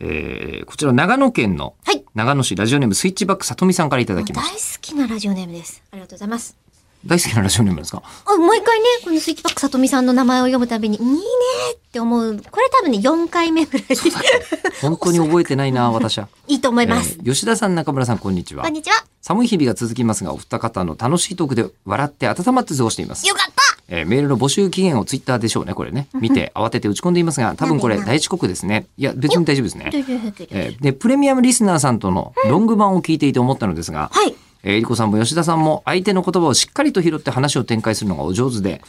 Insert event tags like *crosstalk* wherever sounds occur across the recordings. えーこちら長野県のはい長野市ラジオネームスイッチバックさとみさんからいただきま大し好きなラジオネームです。ありがとうございます。た。大好きなラジオネーム *laughs* ですかあ毎回ね、このスイッチバックさとみさんの名前を読むたびに、いいねーって思う。これ多分ね、4回目ぐらい。本当に覚えてないな、私は。いいと思います。えー吉田さん、中村さん、こんにちはこん。にちは。寒い日々が続きますが、お二方の楽しいトークで笑って温まって過ごしています。よかったえーメールの募集期限をツイッターでしょうね、これね。見て慌てて打ち込んでいますが、多分これなんでなん第一刻ですね。いや、別に大丈夫ですね。はえーで、プレミアムリスナーさんとのロング版を聞いていて思ったのですが、い。えー、えりこさんも吉田さんも相手の言葉をしっかりと拾って話を展開するのがお上手で、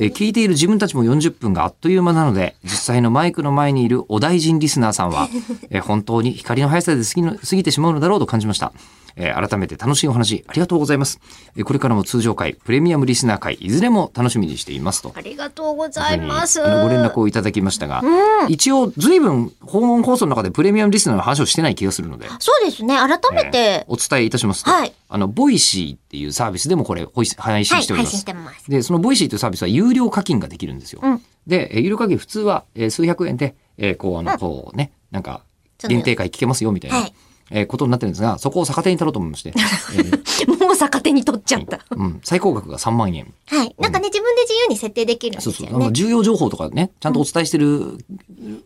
えー聞いている自分たちも40分があっという間なので、実際のマイクの前にいるお大臣リスナーさ *laughs* んは、えー本当に光の速さで過ぎの過ぎてしまうのだろうと感じました。えー改めて楽しいお話ありがとうございます。えーこれからも通常回、プレミアムリスナー会、いずれも楽しみにしていますと。ありがとうございます。あのご連絡をいただきましたが、一応随分訪問放送の中でプレミアムリスナーの話をしてない気がするので、そうですね。改めえーて、お伝えいたしますと、はいあのボイシーっていうサービスでもこれほい配は信い、しており配ます。信してます。でそのボイシーというサービスは有料課金ができるんですよ。うんでえー有料課金普通は、えー数百円で、えーこうあの、こうねなんかそうだよ限定会聞けますよみたいな、はいえーことになってるんですがそこを逆手に取ろうと思いまして、えーもう逆手に取っちゃった。うん、最高額が3万 *laughs* 円。はい。なんかね、自分で自由に設定できるんですそうよそう。あのね。重要情報とかね、ちゃんとお伝えしてる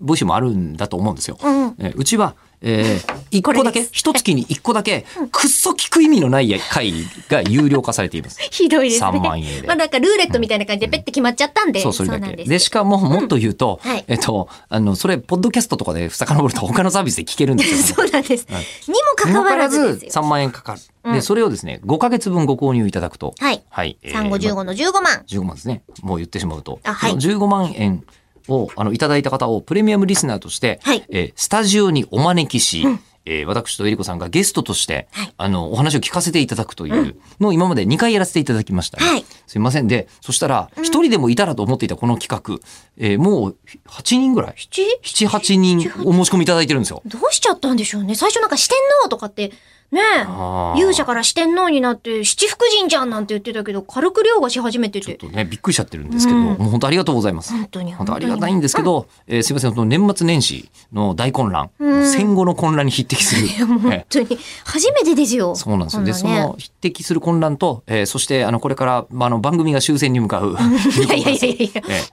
ボイシーもあるんだと思うんですよ。うんうんえーうちは、えー、一こ個れだですけ、一月に一個だけ、くっそ聞く意味のない回が有料化されてい *laughs* ます。ひどいですね。 3万円でまあなんかルーレットみたいな感じでペッて決まっちゃったんで。そう、それだなけ。んでですしかも、もっと言うと、うんはいえっと、あの、それ、ポッドキャストとかで遡ると他のサービスで聞けるんですよ。 *laughs* そうなんです。にもにかかもかかわわららずずです3よ。万円かかる。うで、んそれをですね、5ヶ月分ご購入いただくと。はいはい。えー3 5 1 5の15万。 15万ですね。もう言ってしまうと。あはいその15万円を、あの、いただいた方をプレミアムリスナーとして、はいえースタジオにお招きし、えー私とえりこさんがゲストとして、はいあの、お話を聞かせていただくというのを今まで2回やらせていただきましたね、はいすいません。で、そしたら、一人でもいたらと思っていたこの企画、えーもう8人ぐらいち ?7、8人お申し込みいただいてるんですよ。どうしちゃったんでしょうね。最初なんか四天王とかって、ねあーえ、勇者から四天王になって七福神じゃんなんて言ってたけど、軽く凌駕し始めて。ちょってとね、びっくりしちゃってるんですけど、うんもう本当ありがとうございます。本当に本当ありがたいんですけど、えーすいません、その年末年始の大混乱、うん戦後の混乱に匹敵す *laughs* る。え本当に。初めてですよ。ーそうなんですよ。で、こそねの匹敵する混乱と、えーそして、あの、これから、まあ、あの、番組が終戦に向かう、 *laughs* *laughs* いやいやいやいや。え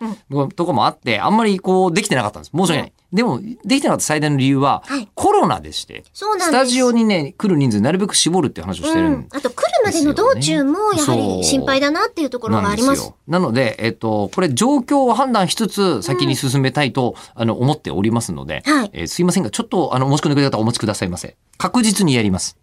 えとこもあって、あんまりこう、できてなかったんです。申し訳ない。でも、できてなかった最大の理由は、はいコロナでして、そうなんです。スタジオにね、来る人数なるべく絞るっていう話をしてるうんん。あと来るまでの道中も、やはり心配だなっていうところがなあんでりますす。よ。なので、えっと、これ状況を判断しつつ、先に進めたいと、あの、思っておりますので、はいえーすいませんが、ちょっと、あの、お申し込みの方お待ちくださいませ。確実にやります。